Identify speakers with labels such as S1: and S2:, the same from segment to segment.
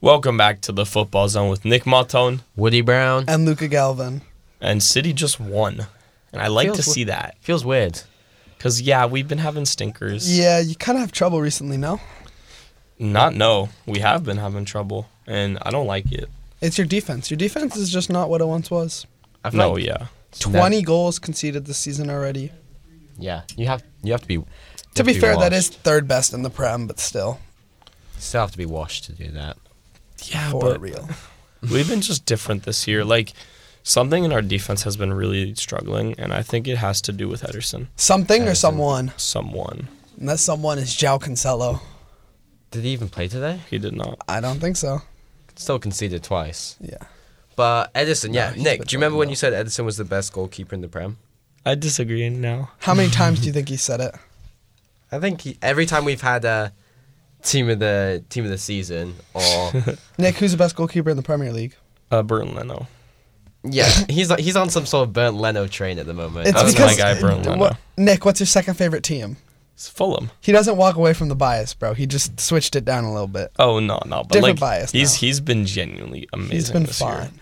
S1: Welcome back to the Football Zone with Nick Matone
S2: Woody Brown
S3: and Luca Galvin.
S1: and City just won, and I like to
S2: Feels
S1: see
S2: wh-
S1: that
S2: feels weird.
S1: because yeah, we've been having stinkers.
S3: Yeah, you kind of have trouble recently, no?
S1: Not no, we have been having trouble, and I don't like it.
S3: It's your defense. Your defense is just not what it once was.
S2: I feel
S1: No,
S2: like-
S1: yeah,
S3: Twenty goals conceded this season already.
S2: yeah. You have you have to be. you
S3: To
S2: have
S3: be fair, that
S2: washed.
S3: is third best in the prem, but still,
S2: still have to be washed to do that.
S1: yeah,
S3: for
S1: but
S3: real.
S1: we've been just different this year. Like something in our defense has been really struggling, and I think it has to do with Ederson.
S3: Something or
S2: Ederson.
S3: someone.
S1: Someone
S3: And that someone is Jao Cancelo.
S2: Did he even play today?
S1: he did not.
S3: I don't think so.
S2: Still conceded twice.
S3: Yeah.
S2: But Edison, yeah,
S3: he's
S2: Nick,
S3: been
S2: do you remember
S3: fucking
S2: when
S3: well.
S2: you said Edison was the best goalkeeper in the Prem?
S1: I disagree now.
S3: How many times do you think he said it?
S2: I think he, every time we've had a team of the team of the season, or
S3: Nick, who's the best goalkeeper in the Premier League?
S1: Uh, Burton Leno.
S2: yeah, he's like- he's on some sort of burnt Leno train at the moment.
S1: It's
S2: I don't
S1: because-
S2: know.
S1: my guy, Bruno.
S3: What- Nick, what's your second favorite team?
S1: It's Fulham.
S3: He doesn't walk away from the bias, bro. He just switched it down a little bit.
S1: Oh no, no, but
S3: Different
S1: like
S3: bias
S1: he's
S3: now.
S1: he's been genuinely amazing.
S3: He's been
S1: this year.
S3: fine.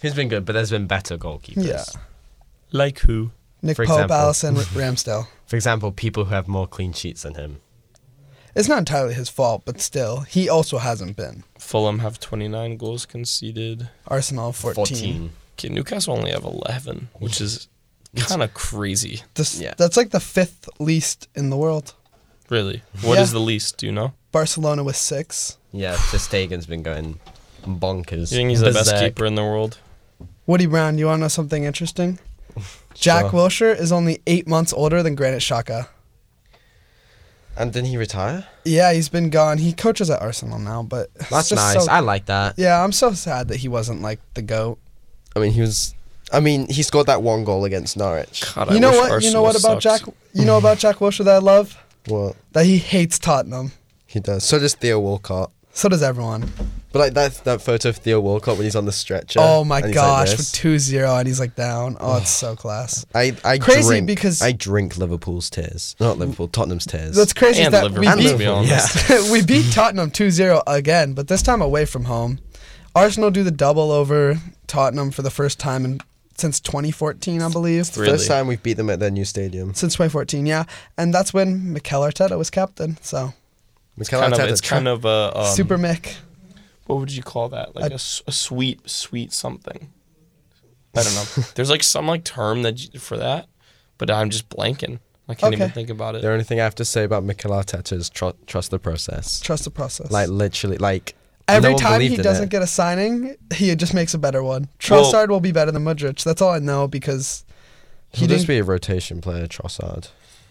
S2: he's been good, but there's been better goalkeepers.
S3: Yeah.
S1: Like who?
S3: Nick
S2: For
S3: Pope,
S2: example.
S3: Allison, Ramsdale.
S2: For example, people who have more clean sheets than him.
S3: It's not entirely his fault, but still, he also hasn't been.
S1: Fulham have 29 goals conceded.
S3: Arsenal 14.
S1: Okay, Newcastle only have 11, which is kind of crazy.
S3: This-
S2: Yeah.
S3: That's like the fifth least in the world.
S1: Really, What is
S3: Yeah.
S1: the least? Do you know?
S3: Barcelona with six.
S2: Yeah, the Stegen's been going bonkers.
S1: Do you think he's the best
S2: Berserk.
S1: keeper in the world?
S3: Woody Brown, you want to know something interesting? Jack
S2: Sure.
S3: Wilshire is only eight months older than Granit Xhaka.
S2: And didn't he retire?
S3: Yeah, he's been gone. He coaches at Arsenal now, but it's
S2: That's
S3: just
S2: nice.
S3: so-
S2: I like that.
S3: yeah, I'm so sad that he wasn't like the goat.
S2: I mean, he was. I mean, he scored that one goal against Norwich.
S1: God, I
S3: you know
S1: wish
S3: what? you
S1: Arsenal
S3: know what about
S1: sucks.
S3: Jack? You know about Jack Wilshire that I love?
S4: What
S3: That he hates Tottenham.
S4: he does. So does Theo Walcott.
S3: So does everyone.
S4: But like that that photo of Theo Walcott when he's on the stretcher.
S3: oh my
S4: and he's
S3: gosh,
S4: Like
S3: with
S4: this.
S3: 2-0 and he's like down. Oh, it's so class.
S4: I I
S3: Crazy
S4: drink,
S3: because-
S4: I drink Liverpool's tears, not Liverpool, Tottenham's tears.
S3: That's crazy is
S1: And
S3: that
S1: Liverpool,
S3: we
S1: to
S3: beat
S1: be honest.
S3: we beat Tottenham 2-0 again, but this time away from home. Arsenal do the double over Tottenham for the first time in, since 2014, I believe.
S1: Really?
S4: First time we've beat them at their new stadium.
S3: Since 2014, yeah. And that's when Mikel Arteta was captain. So,
S4: It's
S1: Kind of, it's kind of a um,
S3: super Mick.
S1: What would you call that? Like a,
S3: A-
S1: s- a sweet, sweet something. I don't know. There's like some like term that you, for that, but I'm just blanking. I can't even
S3: Okay.
S1: think about it.
S4: The only thing I have to say about Mikel Arteta is tr- trust the process.
S3: Trust the process.
S4: Like literally, like
S3: Every
S4: no one
S3: time
S4: believed
S3: he
S4: in
S3: doesn't
S4: it.
S3: get a signing, he just makes a better one.
S1: Well-
S3: Trossard will be better than Mudrich. That's all I know because he
S4: He'll
S3: didn't.
S4: just be a rotation player, Trossard.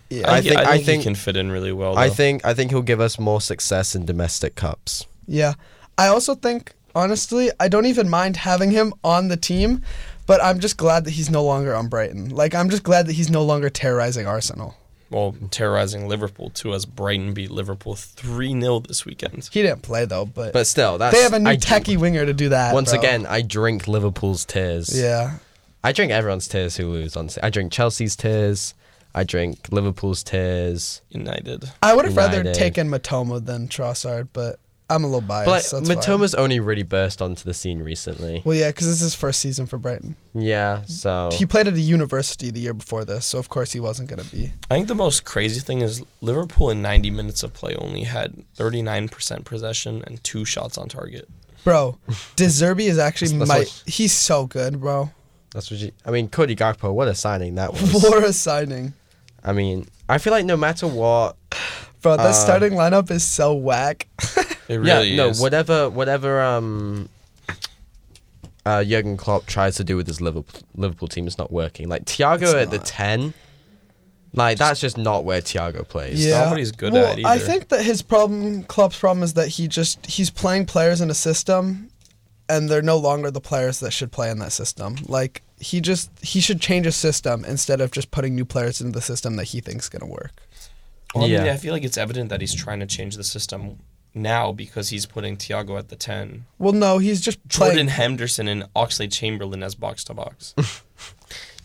S3: yeah.
S1: I,
S4: I
S1: think,
S4: think-
S1: I
S4: I
S1: think
S4: think-
S1: he can fit in really well.
S4: I
S1: though.
S4: think I think he'll give us more success in domestic cups.
S3: Yeah. I also think, honestly, I don't even mind having him on the team, but I'm just glad that he's no longer on Brighton. Like, I'm just glad that he's no longer terrorizing Arsenal.
S1: well, terrorizing Liverpool too, as Brighton beat Liverpool 3 0 this weekend.
S3: He didn't play, though, but,
S4: But still, that's
S3: they have a new
S4: I-
S3: techie winger to do that.
S4: Once
S3: bro.
S4: again, I drink Liverpool's tears.
S3: Yeah.
S4: I drink everyone's tears who lose. Honestly, I drink Chelsea's tears. I drink Liverpool's tears.
S1: United.
S3: I would have rather
S4: United.
S3: taken Matoma than Trossard, but I'm a little biased.
S4: But
S3: that's why.
S4: Matoma's only really burst onto the scene recently.
S3: Well, yeah, because this is his first season for Brighton.
S4: Yeah, so
S3: He played at a university the year before this, so of course he wasn't going to be.
S1: I think the most crazy thing is Liverpool in 90 minutes of play only had 39% possession and two shots on target.
S3: Bro, Deserby is actually
S4: That's- that's
S3: my.
S4: what-
S3: He's so good, bro.
S4: that's what you. I mean, Cody Gakpo, what a signing that was.
S3: What a signing.
S4: I mean, I feel like no matter what,
S3: Bro, that
S4: Uh,
S3: starting lineup is so whack.
S1: It really
S4: yeah, no,
S1: is.
S4: whatever, whatever, um, uh, Jurgen Klopp tries to do with his Liverpool Liverpool team is not working. Like Thiago
S3: It's
S4: at the
S3: not.
S4: ten, like that's just not where Thiago plays.
S1: Yeah. not what he's good
S3: well,
S1: at
S3: I
S1: either.
S3: think that his problem, Klopp's problem, is that he just he's playing players in a system, and they're no longer the players that should play in that system. Like he just he should change his system instead of just putting new players into the system that he thinks gonna work.
S1: Well, I, mean,
S4: Yeah.
S1: I feel like it's evident that he's trying to change the system now because he's putting Thiago at the 10,
S3: Well, no, he's just
S1: Jordan
S3: playing.
S1: Henderson, and Oxley Chamberlain as box to box.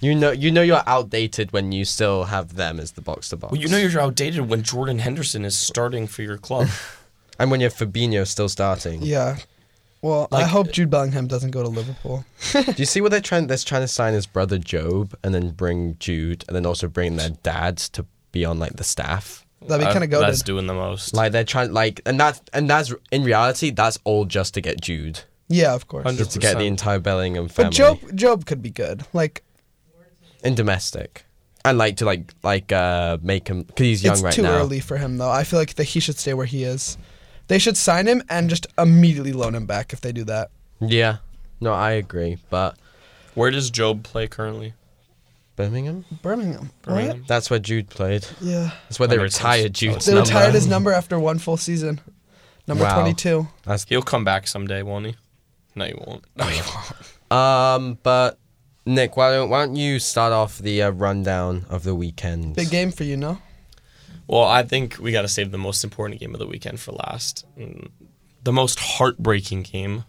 S4: You know, you know, you're outdated when you still have them as the box to box.
S1: Well, you know you're outdated when Jordan Henderson is starting for your club.
S4: and when you have Fabinho still starting.
S3: Yeah, Well, I
S1: Like-
S3: hope Jude Bellingham doesn't go to Liverpool.
S4: Do you see what they're trying? They're trying to sign his brother Job, and then bring Jude, and then also bring their dads to be on like the staff.
S3: That'd be kind of
S1: Uh, That's
S3: goaded.
S1: doing the most.
S4: Like they're trying, like, and that's and that's in reality, that's all just to get Jude,
S3: yeah, of course.
S1: Hundred-
S4: just to get the
S1: 100%.
S4: entire Bellingham family
S3: But Job Job could be good. Like
S4: and domestic, and like to like like uh make him because he's young
S3: it's
S4: right
S3: too
S4: now.
S3: early for him though. I feel like that he should stay where he is. They should sign him and just immediately loan him back if they do that.
S4: Yeah, no, I agree, but
S1: Where does Job play currently?
S4: Birmingham.
S3: Birmingham. right?
S1: Birmingham?
S4: That's where Jude played.
S3: Yeah.
S4: That's where they
S1: That makes
S4: retired
S1: sense.
S4: Jude's
S3: They
S4: number.
S3: retired his number after one full season. Number
S4: Wow.
S3: 22.
S4: That's-
S1: He'll come back someday, won't he? No, he won't. No, he won't.
S4: um, but Nick, why don't why don't you start off the uh, rundown of the weekend?
S3: Big game for you, no?
S1: Well, I think we got to save the most important game of the weekend for last. Mm, The most heartbreaking game.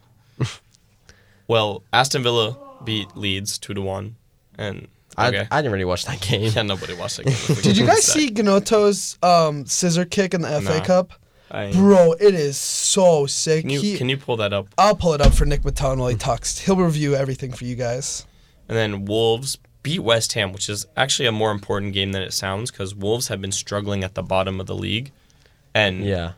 S1: well, Aston Villa beat Leeds two to one, and
S4: I,
S1: okay,
S4: I didn't really watch that game.
S1: yeah, nobody watched that game. if we
S3: Did you
S1: can
S3: guys
S1: say.
S3: see Ginoto's um, scissor kick in the FA
S1: Nah.
S3: Cup?
S1: I-
S3: Bro, it is so sick.
S1: can you
S3: He-
S1: can you pull that up?
S3: I'll pull it up for Nick Matone while he talks. He'll review everything for you guys.
S1: And then Wolves beat West Ham, which is actually a more important game than it sounds because Wolves have been struggling at the bottom of the league, and
S4: Yeah.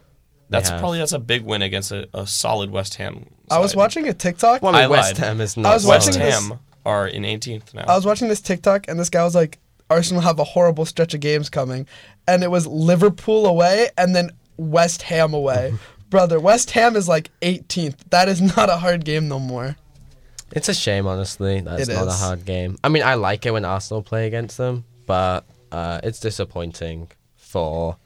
S1: that's
S4: they have.
S1: probably that's a big win against a, a solid West Ham.
S3: I was
S1: side.
S3: watching a TikTok.
S4: Well, I mean,
S1: I
S4: West
S1: lied.
S4: Ham is
S3: I
S4: not.
S3: was
S1: West
S3: watching
S4: solid.
S3: this-
S1: Ham are in 18th now.
S3: I was watching this TikTok and this guy was like, Arsenal have a horrible stretch of games coming. And it was Liverpool away and then West Ham away. Brother, West Ham is like 18th. That is not a hard game no more.
S4: It's a shame, honestly. That's
S3: It
S4: not a
S3: is.
S4: hard game. I mean, I like it when Arsenal play against them, but uh, it's disappointing for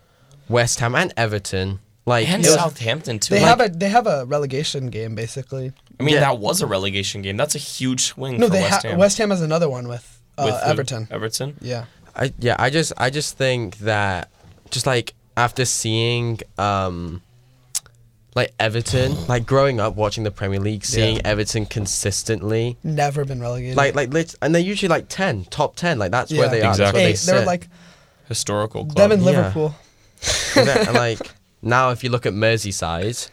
S4: West Ham and Everton. Like
S1: and
S4: it was-
S1: Southampton too.
S3: They
S1: Like,
S3: have a they have a relegation game basically.
S1: I mean,
S4: Yeah.
S1: that was a relegation game. That's a huge swing
S3: No,
S1: for
S3: they
S1: West
S3: ha-
S1: Ham.
S3: West Ham has another one with, uh,
S1: With who?
S3: Everton.
S1: Everton.
S3: Yeah.
S4: I yeah, I just I just think that just like after seeing um like Everton, like growing up watching the Premier League, seeing Everton consistently,
S3: Never been relegated.
S4: like like lit- and they're usually like ten, top ten, like that's where
S3: Yeah.
S4: they are. That's
S1: Exactly.
S4: where
S3: Eight.
S4: they
S3: They
S4: sit.
S3: were like
S1: Historical club.
S3: them and
S4: Yeah.
S3: Liverpool.
S4: Yeah, and, like now, if you look at Merseyside,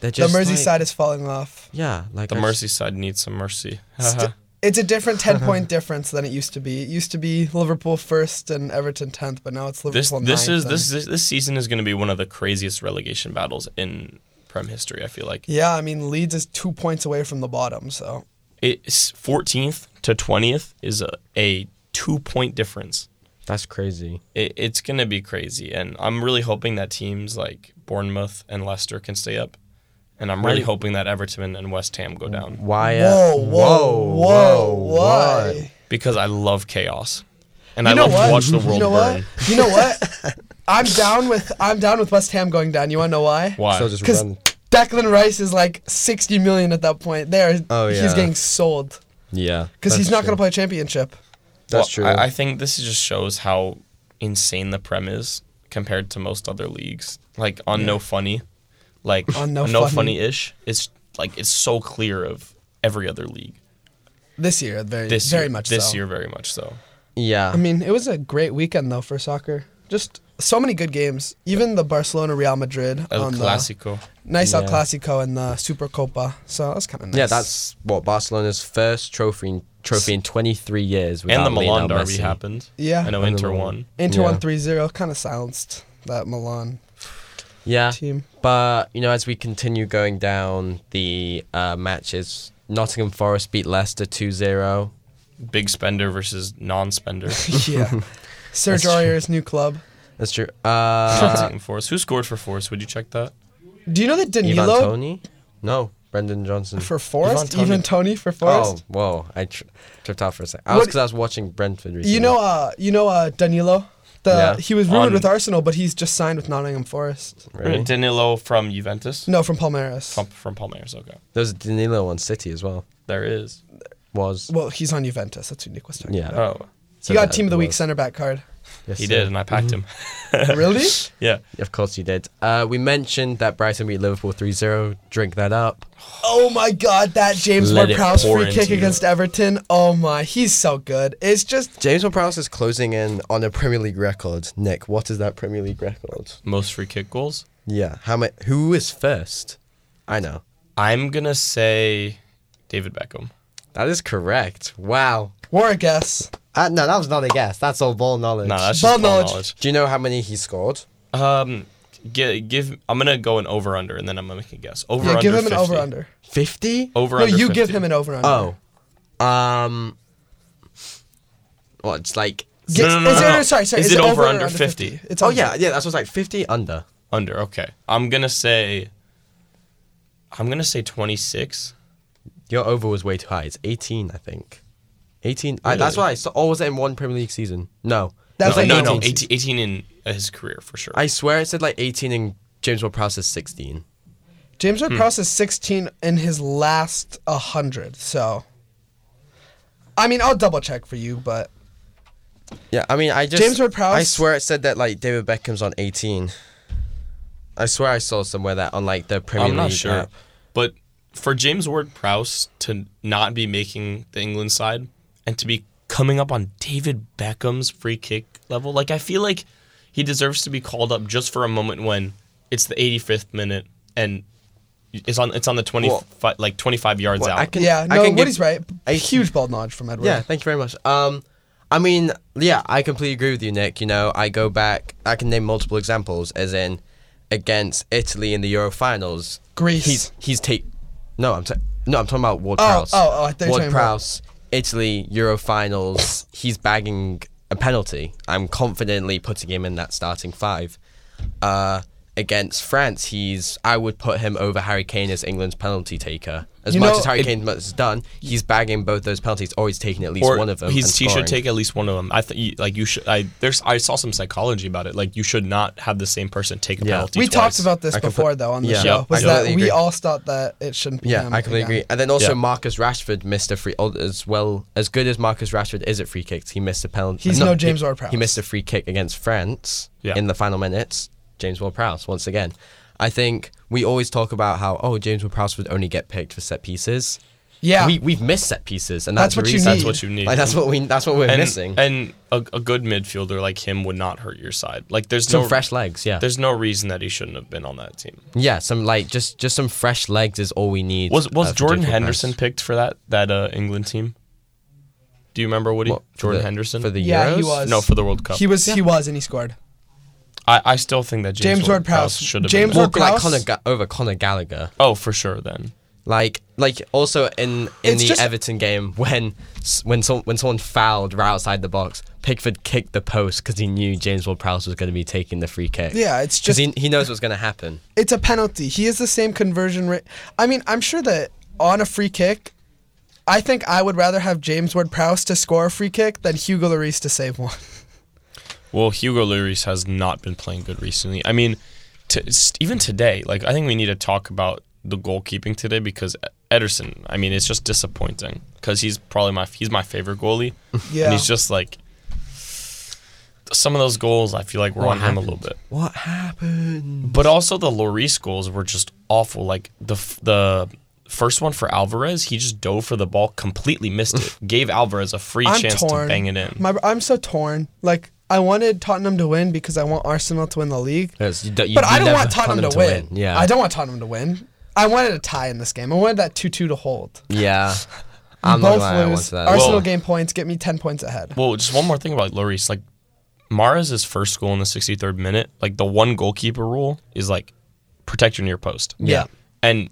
S4: they're just
S3: the
S4: like-
S3: Merseyside is falling off.
S4: Yeah, like
S1: the
S4: I just-
S1: Merseyside needs some mercy.
S3: St- it's a different 10 point difference than it used to be. It used to be Liverpool first and Everton 10th, but now it's
S1: this
S3: Liverpool
S1: this
S3: ninth
S1: is
S3: and-
S1: this, this this season is going to be one of the craziest relegation battles in Prem history. I feel like
S3: Yeah, I mean Leeds is 2 points away from the bottom, so
S1: it's 14th to 20th is a, a two point difference.
S4: That's crazy.
S1: It, it's going to be crazy, and I'm really hoping that teams like Bournemouth and Leicester can stay up, and I'm really
S4: Right.
S1: hoping that Everton and West Ham go down
S4: Why?
S3: Whoa, whoa, whoa, why?
S1: because I love chaos, and I
S3: You know
S1: love
S3: what?
S1: to watch the world
S3: you know
S1: burn.
S3: what? You know what? I'm down with I'm down with West Ham going down. You wanna know why?
S1: Why?
S4: So just
S3: Because
S4: run.
S3: Declan Rice is like 60 million at that point. There,
S4: Oh,
S3: he's
S4: yeah.
S3: getting sold
S4: Yeah,
S3: because he's
S4: that's
S3: not
S4: true.
S3: going to play championship.
S4: That's true.
S1: I, I think this just shows how insane the Prem is compared to most other leagues. Like on No Funny, like
S3: On
S1: on
S3: No
S1: No,
S3: Funny.
S1: Funny ish, it's like it's so clear of every other league.
S3: This year, very,
S1: This
S3: very
S1: year,
S3: much.
S1: this
S3: so.
S1: year, very much so.
S4: Yeah.
S3: I mean, it was a great weekend though for soccer. Just so many good games. Even the Barcelona Real Madrid
S1: El
S3: on
S1: Clasico.
S3: the nice El
S4: Yeah.
S3: Clasico and the Supercopa. So that was kind of nice.
S4: Yeah, that's what Barcelona's first trophy in, trophy in 23 years.
S1: And
S4: without
S1: the Milan
S4: Lionel
S1: derby
S4: Messi.
S1: happened.
S3: Yeah.
S1: I know
S4: And the
S1: Inter
S4: Milan.
S1: won.
S3: Inter
S4: Yeah.
S3: one three zero kind of silenced that Milan
S4: Yeah,
S3: team.
S4: but you know, as we continue going down the uh, matches, Nottingham Forest beat Leicester 2-0.
S1: Big spender versus non-spender.
S3: yeah. Serge Aurier's new club.
S4: That's true. Uh,
S1: Nottingham Forest. Who scored for Forest? Would you check that?
S3: Do you know that
S4: Ivan
S3: Danilo
S4: Tony? No, Brendan Johnson.
S3: for Forest,
S1: Ivan Toney.
S3: even Tony for Forest?
S4: Oh, whoa! I tri- tripped out for a second. I was
S3: What-
S4: because I was watching Brentford recently.
S3: You know, uh, you know, uh, Danilo. The
S4: Yeah.
S3: he was rumored
S1: On-
S3: with Arsenal, but he's just signed with Nottingham Forest.
S4: Really?
S1: Danilo from Juventus.
S3: No, from Palmeiras.
S1: From, from Palmeiras. Okay.
S4: There was Danilo on City as well.
S1: There is.
S4: Was
S3: well, he's on Juventus. That's who Nick was talking
S4: Yeah.
S3: about.
S1: Oh,
S4: so
S3: he got
S4: that
S3: team of the week
S4: was-
S3: center back card.
S4: Yes,
S1: he
S4: sir.
S1: did, and I packed him.
S3: really?
S1: Yeah.
S4: Of course you did. Uh, we mentioned that Brighton beat Liverpool 3-0. Drink that up.
S3: Oh my God, that James
S1: Let it
S3: Ward-Prowse
S1: pour
S3: free kick
S1: into you.
S3: against Everton. Oh my, he's so good. It's just
S4: James Ward-Prowse is closing in on a Premier League record. Nick, what is that Premier League record?
S1: Most free kick goals.
S4: Yeah. How many? Who is first? I know.
S1: I'm gonna say David Beckham.
S4: That is correct. Wow.
S3: War a guess.
S4: Uh, no, that was not a guess. That's all ball knowledge.
S1: No, that's just
S3: Ball
S1: ball knowledge.
S3: knowledge.
S4: Do you know how many he scored?
S1: Um, gi- give. I'm gonna go an over under, and then I'm gonna make a guess. Over
S3: Yeah,
S1: under.
S3: give him
S1: 50.
S3: an over under.
S4: 50?
S1: Over
S3: No,
S1: under.
S3: you
S1: 50.
S3: give him an over under.
S4: Oh. Um. Well, it's like.
S3: Gi-
S1: No, no, no,
S3: is
S1: no,
S3: it-
S1: no.
S3: Sorry, sorry.
S1: Is it over under 50?
S3: It's
S4: Oh,
S3: under.
S4: yeah, yeah, that's what's like 50 under.
S1: under. Okay, I'm gonna say. I'm gonna say 26.
S4: Your over was way too high. It's 18, I think. 18. I, that's
S1: Really?
S4: why. So, or was it in one Premier League season? No.
S3: That's
S1: No,
S3: like
S1: no, no,
S3: 18.
S1: 18, 18 in uh, his career for sure.
S4: I swear it said like 18 and James Ward Prowse is 16.
S3: James
S1: Hmm.
S3: Ward Prowse is 16 in his last 100. So, I mean, I'll double check for you, but
S4: Yeah, I mean, I just.
S3: James Ward-Prowse?
S4: I swear it said that like David Beckham's on 18. I swear I saw somewhere that on like the Premier
S1: I'm
S4: League.
S1: not sure,
S4: app.
S1: but for James Ward-Prowse to not be making the England side and to be coming up on David Beckham's free kick level, like I feel like he deserves to be called up just for a moment when it's the 85th minute and it's on it's on the 20
S4: Well-
S1: fi- like 25 yards
S4: Well,
S1: out.
S4: I can,
S3: yeah,
S4: I
S3: no,
S4: can give-
S3: Woody's right. A
S4: 18.
S3: huge ball nudge from Edward.
S4: Yeah, thank you very much. Um, I mean, yeah, I completely agree with you, Nick. You know, I go back, I can name multiple examples, as in against Italy in the Euro finals.
S3: Greece.
S4: He's he's take. No, I'm ta- no, I'm talking about Ward Prowse.
S3: oh, oh, I thought you were
S4: Ward
S3: talking about-
S4: Prowse, Italy Euro finals. he's bagging a penalty. I'm confidently putting him in that starting five. Uh, against France, he's I would put him over Harry Kane as England's penalty taker. As
S3: You
S4: much
S3: know,
S4: as Harry
S1: it-
S4: Kane has done, he's bagging both those penalties, or he's taking at least
S1: or
S4: one of them.
S1: he's,
S4: and
S1: he should
S4: scoring.
S1: take at least one of them. I think like you should. I there's I saw some psychology about it. Like you should not have the same person take a
S4: Yeah.
S1: penalty.
S3: We
S1: twice.
S3: talked about this
S4: I compl-
S3: before, though, on the
S4: Yeah.
S3: show.
S1: Yeah,
S3: was
S4: I
S3: that
S4: completely
S3: we
S4: agree.
S3: all thought that it shouldn't be
S4: Yeah,
S3: him
S4: I completely
S3: again.
S4: agree. And then also
S1: Yeah.
S4: Marcus Rashford missed a free al- as well as good as Marcus Rashford is at free kicks. He missed a penalty.
S3: He's no James
S4: he-
S3: Ward-Prowse.
S4: He missed a free kick against France
S1: Yeah.
S4: in the final minutes. James Ward-Prowse once again. I think we always talk about how oh James Ward-Prowse would only get picked for set pieces.
S3: Yeah.
S4: we we've missed set pieces, and
S3: That's
S4: that's,
S3: what you
S1: That's
S3: need.
S1: what you need.
S4: Like, that's what we that's what we're
S1: and,
S4: missing.
S1: And a, a good midfielder like him would not hurt your side. Like there's
S4: some
S1: no
S4: fresh legs, yeah.
S1: There's no reason that he shouldn't have been on that team.
S4: Yeah, some like just just some fresh legs is all we need.
S1: Was was
S4: uh, for
S1: Jordan
S4: James Ward-Prowse.
S1: Henderson picked for that that uh, England team? Do you remember Woody
S4: What, for
S1: Jordan
S4: the-
S1: Henderson
S4: for the
S3: Yeah,
S4: Euros?
S3: he was.
S1: No, for the World Cup.
S3: He was, he was, and he scored.
S1: I, I still think that James,
S3: James
S1: Ward-Prowse
S3: Ward-Prowse.
S1: should have
S3: James
S1: been.
S4: More like
S3: Prowse?
S4: Conor Ga- over Conor Gallagher.
S1: oh, for sure then.
S4: Like, like also in in
S3: It's
S4: the
S3: just-
S4: Everton game when s- when some, when someone fouled right outside the box, Pickford kicked the post because he knew James Ward-Prowse was going to be taking the free kick.
S3: Yeah, it's
S4: 'Cause
S3: just-
S4: he, he knows what's going to happen.
S3: it's a penalty. He has the same conversion rate. I mean, I'm sure that on a free kick, I think I would rather have James Ward Prowse to score a free kick than Hugo Lloris to save one.
S1: Well, Hugo Lloris has not been playing good recently. I mean, to, s- even today, like I think we need to talk about the goalkeeping today because Ederson. I mean, it's just disappointing because he's probably my he's my favorite goalie,
S3: Yeah.
S1: and he's just like some of those goals. I feel like we're on him a little bit,
S4: What happened?
S1: but also the Lloris goals were just awful. Like the f- the. First one for Alvarez, he just dove for the ball, completely missed it. Gave Alvarez a free
S3: I'm
S1: chance to
S3: torn.
S1: bang it in.
S3: My, I'm so torn. Like I wanted Tottenham to win because I want Arsenal to win the league,
S4: Yes, you don't- Uh, you-
S3: but
S4: you
S3: I don't
S4: never
S3: want Tottenham, to, win.
S4: Yeah,
S3: I don't want Tottenham to win. I wanted a tie in this game. I wanted that two-two to hold.
S4: Yeah, I'm not gonna
S3: Both
S4: lie, I want
S3: lose.
S4: that.
S3: Arsenal
S1: Well-
S3: game points get me ten points ahead.
S1: Well, just one more thing about Lloris. Like Mares' first goal in the 63rd minute, like the one goalkeeper rule is like protect your near post.
S3: Yeah.
S1: And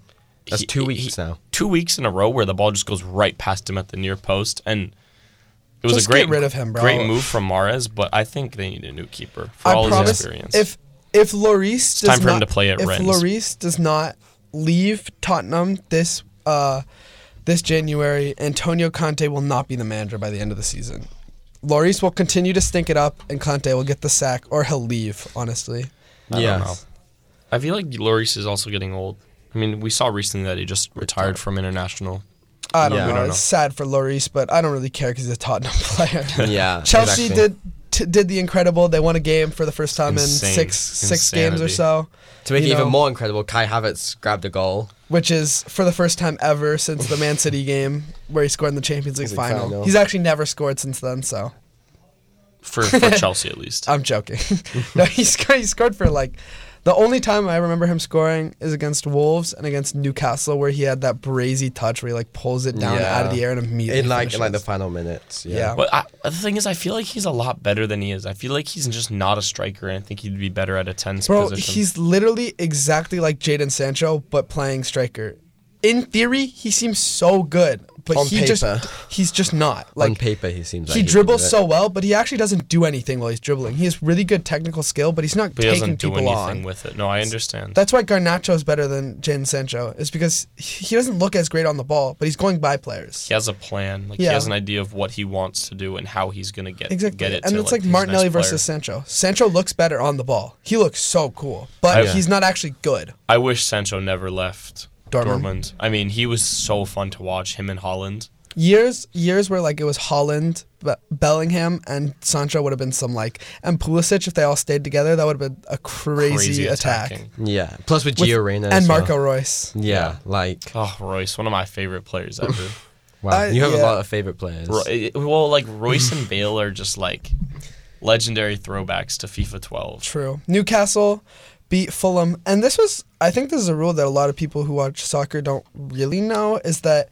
S4: That's two weeks now.
S1: Two weeks in a row where the ball just goes right past him at the near post, and it was
S3: Just
S1: a great
S3: get rid of him, bro.
S1: Great move from Mares, but I think they need a new keeper for all
S3: I
S1: his
S3: promise.
S1: experience.
S3: If if Lloris does
S1: time for him
S3: not,
S1: to play at
S3: if
S1: Rennes.
S3: Lloris does not leave Tottenham this uh, this January, Antonio Conte will not be the manager by the end of the season. Lloris will continue to stink it up, and Conte will get the sack, or he'll leave. Honestly,
S1: I don't
S4: yeah.
S1: know. I feel like Lloris is also getting old. I mean, we saw recently that he just retired from international.
S3: I don't
S4: Yeah.
S3: know.
S4: We don't
S1: know.
S3: It's sad for Lloris, but I don't really care because he's a Tottenham player.
S4: Yeah,
S3: Chelsea
S4: exactly.
S3: did. T- did the incredible? They won a game for the first time
S1: Insane.
S3: in six six games or
S1: Insanity.
S3: so.
S4: To make
S3: You
S4: it even
S3: know,
S4: more incredible, Kai Havertz grabbed a goal.
S3: which is for the first time ever since the Man City game where he scored in the Champions League
S4: He's a
S3: final.
S4: final.
S3: He's actually never scored since then, so
S1: For, for Chelsea, at least.
S3: I'm joking. no, he scored, he scored for like The only time I remember him scoring is against Wolves and against Newcastle, where he had that brazy touch where he like pulls it down
S4: Yeah.
S3: out of the air and immediately
S4: in like in like the
S3: finishes.
S4: final minutes. Yeah.
S3: yeah.
S1: But I, the thing is, I feel like he's a lot better than he is. I feel like he's just not a striker, and I think he'd be better at a 10s
S3: Bro,
S1: position.
S3: he's literally exactly like Jaden Sancho, but playing striker. In theory, he seems so good, but
S4: On
S3: he
S4: paper.
S3: just he's just not. Like
S4: On paper, he seems like
S3: he
S4: he can do
S3: dribbles
S4: it.
S3: so well, but he actually doesn't do anything while he's dribbling. He has really good technical skill, but he's not
S1: but he
S3: taking
S1: doesn't do
S3: people
S1: anything
S3: on.
S1: with it. No, I understand.
S3: That's why Garnacho is better than Jaden Sancho, is because he doesn't look as great on the ball, but he's going by players.
S1: he has a plan. Like
S3: Yeah.
S1: he has an idea of what he wants to do and how he's gonna get
S3: Exactly.
S1: get it.
S3: and
S1: to,
S3: it's like,
S1: he's a nice
S3: Martinelli
S1: player.
S3: versus Sancho. Sancho looks better on the ball. He looks so cool, but
S1: Yeah.
S3: he's not actually good.
S1: I wish Sancho never left
S3: Dortmund.
S1: Dortmund. I mean, he was so fun to watch. Him and Holland.
S3: Years years where like it was Holland, Be- Bellingham, and Sancho would have been some like and Pulisic if they all stayed together that would have been a crazy,
S1: Crazy
S3: attack.
S1: attacking.
S4: Yeah. Plus with
S3: With-
S4: Gio Reyna
S3: and
S4: as well.
S3: Marco Uh, Royce.
S4: Yeah, like
S1: Oh, Royce, one of my favorite players ever.
S4: wow,
S3: I-
S4: you have
S3: yeah.
S4: a lot of favorite players.
S1: Ro- eh, well, like Royce and Bale are just like legendary throwbacks to FIFA 12.
S3: True. Newcastle beat Fulham, and this was I think this is a rule that a lot of people who watch soccer don't really know is that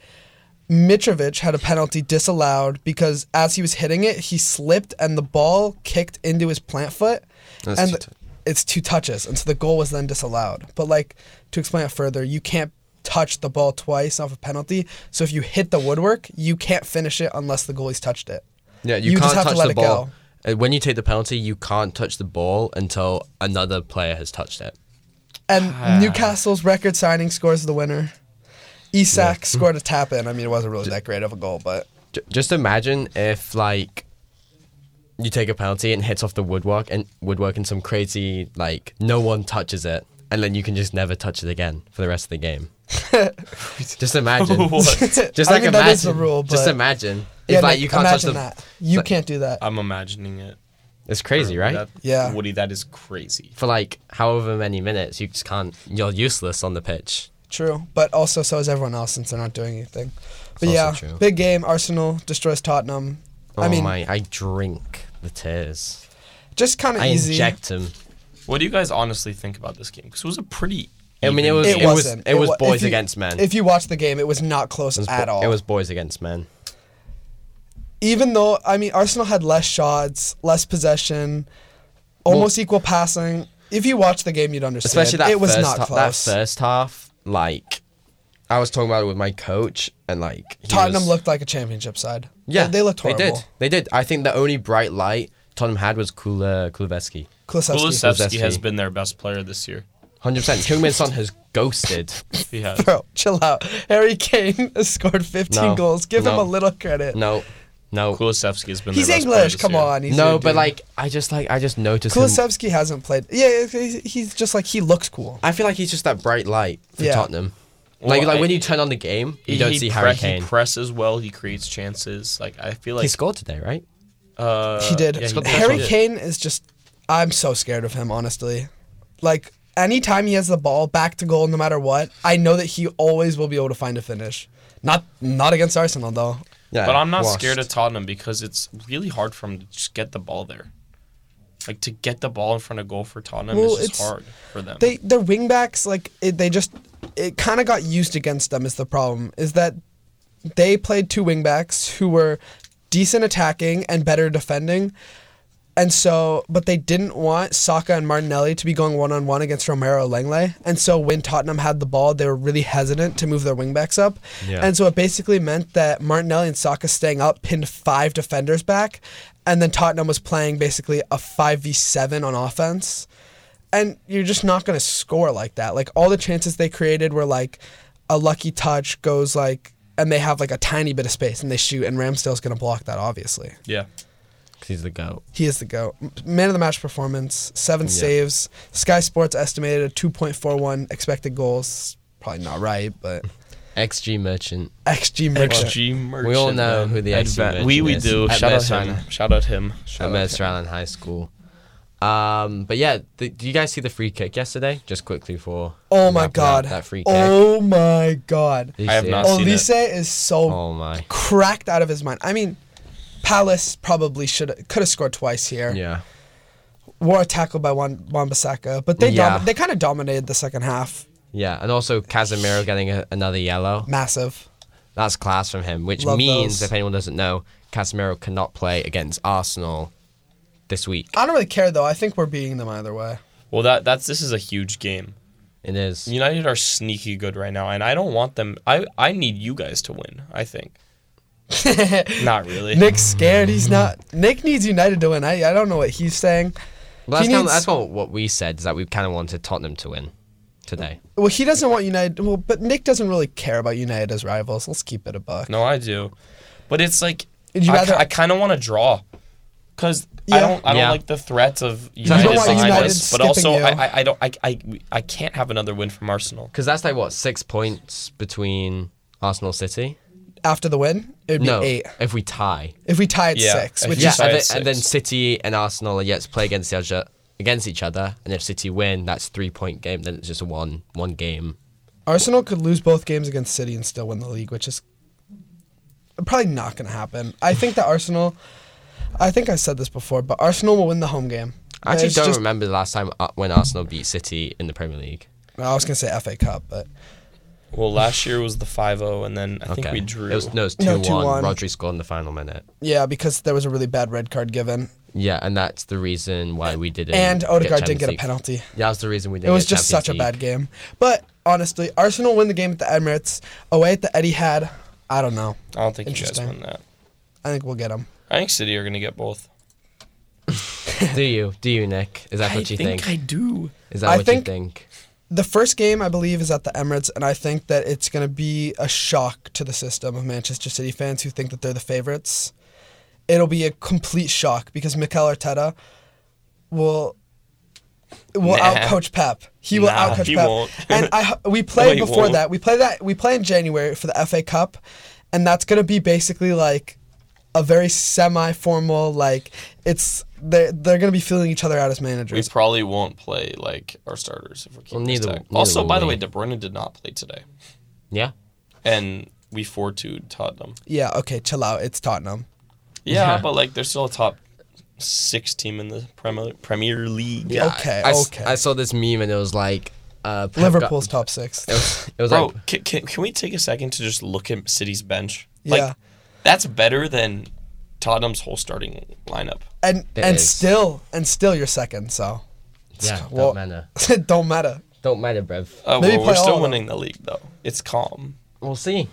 S3: Mitrovic had a penalty disallowed because as he was hitting it, he slipped and the ball kicked into his plant foot,
S4: That's
S3: and
S4: two
S3: th-
S4: tou-
S3: it's two touches, and so the goal was then disallowed. But like to explain it further, you can't touch the ball twice off a penalty. So if you hit the woodwork, you can't finish it unless the goalie's touched it.
S4: Yeah, you,
S3: you
S4: can't
S3: just have to
S4: touch
S3: let
S4: the
S3: it
S4: ball. Uh, When you take the penalty, you can't touch the ball until another player has touched it.
S3: And Newcastle's record signing scores the winner. Isak scored a tap in. I mean, it wasn't really that great of a goal, but
S4: J- just imagine if like you take a penalty and it hits off the woodwork and woodwork in some crazy like no one touches it, and then you can just never touch it again for the rest of the game. just imagine.
S1: What?
S4: Just
S3: I
S4: like
S3: mean,
S4: imagine.
S3: that is the rule,
S4: just
S3: but-
S4: imagine if
S3: yeah,
S4: like
S3: no,
S4: you can't touch
S3: imagine
S4: the. Oh.
S3: that. You can't do that.
S1: I'm imagining it.
S4: It's crazy, right?
S1: That-
S3: Yeah.
S1: Woody, that is crazy.
S4: for like however many minutes, you just can't. You're useless on the pitch.
S3: True, but also so is everyone else since they're not doing anything. But
S4: also
S3: yeah,
S4: true.
S3: big game. Arsenal destroys Tottenham.
S4: Oh
S3: I mean,
S4: my! I drink the tears.
S3: just kind of
S4: I
S3: easy.
S4: inject them.
S1: What do you guys honestly think about this game? Because it was a pretty.
S4: I mean, it
S1: even
S4: was-
S1: game.
S3: it,
S4: It was-
S3: wasn't.
S4: it was
S3: wa- if
S4: boys
S3: you-
S4: against men.
S3: If you watch the game, it was not close
S4: It was,
S3: at
S4: bo-
S3: all.
S4: it was boys against men.
S3: even though I mean Arsenal had less shots, less possession, almost equal passing. If you watch the game, you'd understand.
S4: Especially that
S3: it was
S4: first
S3: not
S4: ha-
S3: close.
S4: That first half, like I was talking about it with my coach, and like he
S3: Tottenham
S4: was-
S3: looked like a championship side.
S4: Yeah,
S3: they, they looked horrible.
S4: They did. They did. I think the only bright light Tottenham had was Kula Kulusevski.
S3: Kulusevski.
S1: Kulusevski
S4: Kulusevski.
S1: has been their best player this year.
S4: Hundred percent. Heung-Min Son has ghosted.
S1: He has.
S3: Bro, chill out. Harry Kane has scored 15
S4: No.
S3: goals. Give him
S4: No.
S3: a little credit.
S4: No, no,
S1: Kulusevski has been.
S3: He's
S1: their best player
S3: English.
S1: this
S3: Come
S1: year.
S3: on. He's
S4: no.
S3: your
S4: But
S3: dude.
S4: like, I just like, I just noticed him.
S3: Kulusevski hasn't played. Yeah, he's- he's just like he looks cool.
S4: I feel like he's just that bright light for
S3: Yeah.
S4: Tottenham.
S1: Well,
S4: Like, like
S1: I-
S4: when you turn on the game, you
S1: He-
S4: don't
S1: he
S4: see
S1: pre-
S4: Harry Kane.
S1: He presses well. He creates chances. Like I feel like
S4: he scored today, right?
S1: Uh,
S3: he did.
S1: yeah,
S4: Scored the first
S3: Harry
S4: one.
S3: Kane is just. I'm so scared of him, honestly. Like anytime he has the ball back to goal, no matter what, I know that he always will be able to find a finish. Not not against Arsenal though.
S4: Yeah.
S1: But I'm not
S4: washed.
S1: scared of Tottenham because it's really hard for them to just get the ball there. Like to get the ball in front of goal for Tottenham
S3: Well,
S1: is just
S3: it's-
S1: hard for them.
S3: They their wingbacks like it, they just it kind of got used against them is the problem is that they played two wingbacks who were decent attacking and better defending. And so, but they didn't want Saka and Martinelli to be going one on one against Romero Langley. And so, when Tottenham had the ball, they were really hesitant to move their wingbacks up.
S4: Yeah.
S3: And so, it basically meant that Martinelli and Saka staying up pinned five defenders back. And then Tottenham was playing basically a 5v7 on offense. And you're just not going to score like that. Like, all the chances they created were like a lucky touch goes like, and they have like a tiny bit of space and they shoot, and Ramsdale's going to block that, obviously.
S1: yeah.
S4: 'Cause he's the goat.
S3: He is the GOAT. M- Man of the match performance, seven
S4: Yeah.
S3: saves. Sky Sports estimated a 2.41 expected goals. Probably not right, but
S4: XG merchant.
S3: XG merchant.
S1: merchant.
S4: We all know who the XG merchant
S1: We we
S4: is.
S1: do.
S4: At
S1: Shout out
S4: Mercer
S1: him.
S4: Island.
S1: Shout out him. Shout
S4: at
S1: out
S4: Mercer Island High School. Um, but yeah, th- do you guys see the free kick yesterday? Just quickly for
S3: Oh my
S4: wrapping up
S3: god.
S4: that free kick.
S3: Oh my god.
S4: Did you
S1: I have
S4: see it?
S1: not seen
S3: Olise is so
S4: Oh my.
S3: cracked out of his mind. I mean, Palace probably should could have scored twice here.
S4: Yeah.
S3: were tackled by Wan Bissaka, but they
S4: Yeah.
S3: domi- they kind of dominated the second half.
S4: Yeah, and also Casemiro getting a, another yellow.
S3: Massive.
S4: That's class from him, which
S3: Love
S4: means,
S3: those.
S4: if anyone doesn't know, Casemiro cannot play against Arsenal this week.
S3: I don't really care though. I think we're beating them either way.
S1: Well, that that's this is a huge game.
S4: It is.
S1: United are sneaky good right now, and I don't want them. I I need you guys to win. I think. Not really.
S3: Nick's scared. He's not. Nick needs United to win. I I don't know what he's saying.
S4: Well, that's,
S3: he
S4: kind
S3: needs-
S4: that's what, what we said, is that we kind of wanted Tottenham to win today.
S3: Well, he doesn't want United. Well, but Nick doesn't really care about United as rivals. Let's keep it a buck.
S1: No, I do, but it's like
S3: Would you
S1: I,
S3: rather-
S1: I kind of want to draw, cause I
S3: Yeah.
S1: don't I don't
S4: Yeah.
S1: like the threat of
S4: don't
S1: United
S4: want
S1: behind
S3: United
S1: us, but
S3: skipping
S1: also
S3: you.
S1: I, I I don't I, I I can't have another win from Arsenal.
S4: Because that's like, what, six points between Arsenal City?
S3: After the win, it'd be
S4: No,
S3: eight.
S4: if we tie.
S3: If we tie at
S1: Yeah,
S3: six,
S1: if
S3: which
S1: you
S4: Yeah,
S3: is
S1: tie
S4: and then,
S1: at
S4: and then
S1: six.
S4: City and Arsenal are yet to play against each other. Against each other, and if City win, that's three point game. Then it's just a one one game.
S3: Arsenal could lose both games against City and still win the league, which is probably not going to happen. I think that Arsenal. I think I said this before, but Arsenal will win the home game.
S4: I actually
S3: It's
S4: don't
S3: just-
S4: remember the last time uh, when Arsenal beat City in the Premier League.
S3: I was going to say FA Cup, but
S1: Well, last year was the 5-0, and then I think
S4: Okay.
S1: we drew.
S4: It was no, it was two
S3: No,
S4: one.
S3: 2-1.
S4: Rodri scored in the final minute.
S3: yeah, because there was a really bad red card given,
S4: Yeah, and that's the reason why we didn't.
S3: and
S4: get
S3: Odegaard
S4: Champions
S3: didn't get a
S4: League.
S3: penalty.
S4: Yeah, that's the reason we didn't.
S3: It was
S4: get
S3: just
S4: Champions
S3: such a
S4: League.
S3: bad game. But honestly, Arsenal win the game at the Emirates, away at the Etihad. I don't know.
S1: I don't think you guys
S3: Interesting.
S1: won that.
S3: I think we'll get them.
S1: I think City are gonna get both.
S4: Do you? Do you, Nick? Is that
S1: I
S4: what you think?
S1: think I do.
S4: Is that
S3: I
S4: what
S3: think-
S4: you think?
S3: The first game, I believe, is at the Emirates, and I think that it's going to be a shock to the system of Manchester City fans who think that they're the favorites. It'll be a complete shock because Mikel Arteta will will
S1: Nah.
S3: outcoach Pep. He will
S1: Nah,
S3: outcoach
S1: he
S3: Pep.
S1: won't.
S3: And I we played
S1: he
S3: before
S1: won't.
S3: that. We play that we play in January for the FA Cup, and that's going to be basically like a very semi-formal like it's they're, they're going to be feeling each other out as
S1: We
S3: managers.
S1: probably won't play like our starters if we're keeping
S4: Well,
S1: this
S4: neither-
S1: tag.
S4: neither
S1: Also,
S4: will
S1: by the
S4: we.
S1: way, De Bruyne did not play today,
S4: Yeah.
S1: and we four two Tottenham.
S3: yeah, okay, chill out. It's Tottenham.
S1: Yeah,
S4: Yeah.
S1: but like they're still a top six team in the Premier Premier League.
S4: Yeah,
S3: Okay,
S4: I, I s-
S3: okay.
S4: I saw this meme and it was like uh, Pep got-
S3: Liverpool's top six.
S4: It was, it was
S1: Bro,
S4: like
S1: can, can, can we take a second to just look at City's bench?
S3: Yeah.
S1: Like, that's better than Tottenham's whole starting lineup.
S3: And
S4: It
S3: and
S4: is.
S3: still and still you're second, so
S4: yeah,
S3: well-
S4: don't matter,
S3: it don't matter.
S4: don't matter, bruv.
S1: Oh,
S3: Maybe
S1: well, we're
S3: play all
S1: still
S3: of them.
S1: winning the league, though. It's calm.
S4: We'll see.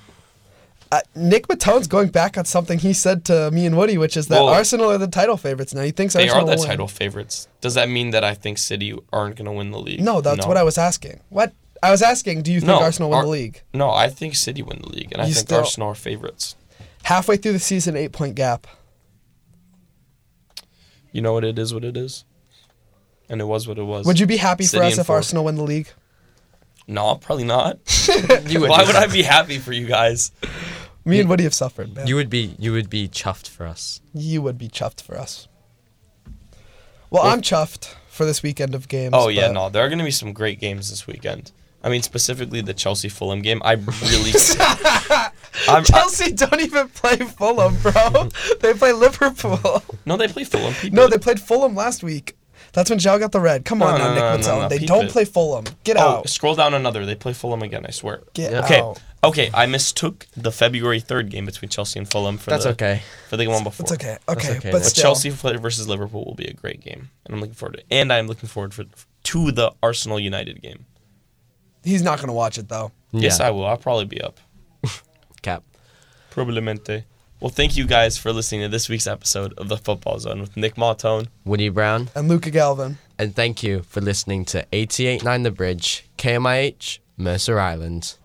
S3: Uh, Nick Matone's going back on something he said to me and Woody, which is that
S1: Well-
S3: Arsenal are the title favorites now. He thinks
S1: They
S3: Arsenal
S1: are the
S3: will win.
S1: title favorites. Does that mean that I think City aren't going to win the league?
S3: No, that's what I was asking. What I was asking, do you think
S1: No,
S3: Arsenal win
S1: Ar-
S3: the league?
S1: No, I think City win the league, and I
S3: You
S1: think
S3: still-
S1: Arsenal are favorites.
S3: Halfway through the season, eight point gap.
S1: You know what it is, what it is, and it was what it was.
S3: Would you be happy for
S1: City
S3: us
S1: in
S3: if
S1: fourth.
S3: Arsenal win the league?
S1: No, probably not.
S4: You
S1: Why would I be happy for you guys?
S3: Me and Woody have suffered, man.
S4: You
S3: You,
S4: would be you would be chuffed for us.
S3: would be chuffed for us. Well, I'm chuffed for this weekend of games.
S1: Oh yeah,
S3: but-
S1: no, there are going to be some great games this weekend. I mean, specifically the Chelsea Fulham game. I really, I'm, I,
S3: Chelsea don't even play Fulham, bro. they play Liverpool.
S1: no, they play Fulham. Pete
S3: No, they
S1: did.
S3: played Fulham last week. That's when Zhao got the red. Come
S1: No,
S3: on
S1: no,
S3: now, Nick
S1: no, no,
S3: Mattel.
S1: no,
S3: They
S1: peep
S3: don't
S1: it.
S3: play Fulham. Get
S1: Oh,
S3: out.
S1: scroll down another. They play Fulham again. I swear.
S3: Get
S1: okay,
S3: out.
S1: okay. I mistook the February third game between Chelsea and Fulham for
S4: That's
S1: the,
S4: okay.
S1: for the one before.
S3: It's okay. Okay,
S4: okay,
S3: but
S1: But
S3: still.
S1: Chelsea versus Liverpool will be a great game, and I'm looking forward to it. And I'm looking forward for, to the Arsenal United game.
S3: He's not gonna watch it though.
S1: Yes,
S4: Yeah.
S1: I will. I'll probably be up.
S4: Cap.
S1: Probablemente. Well, thank you guys for listening to this week's episode of the Football Zone with Nick Maltone.
S4: Woody Brown,
S3: And Luca Galvin.
S4: and thank you for listening to 889 The Bridge, KMIH, Mercer Island.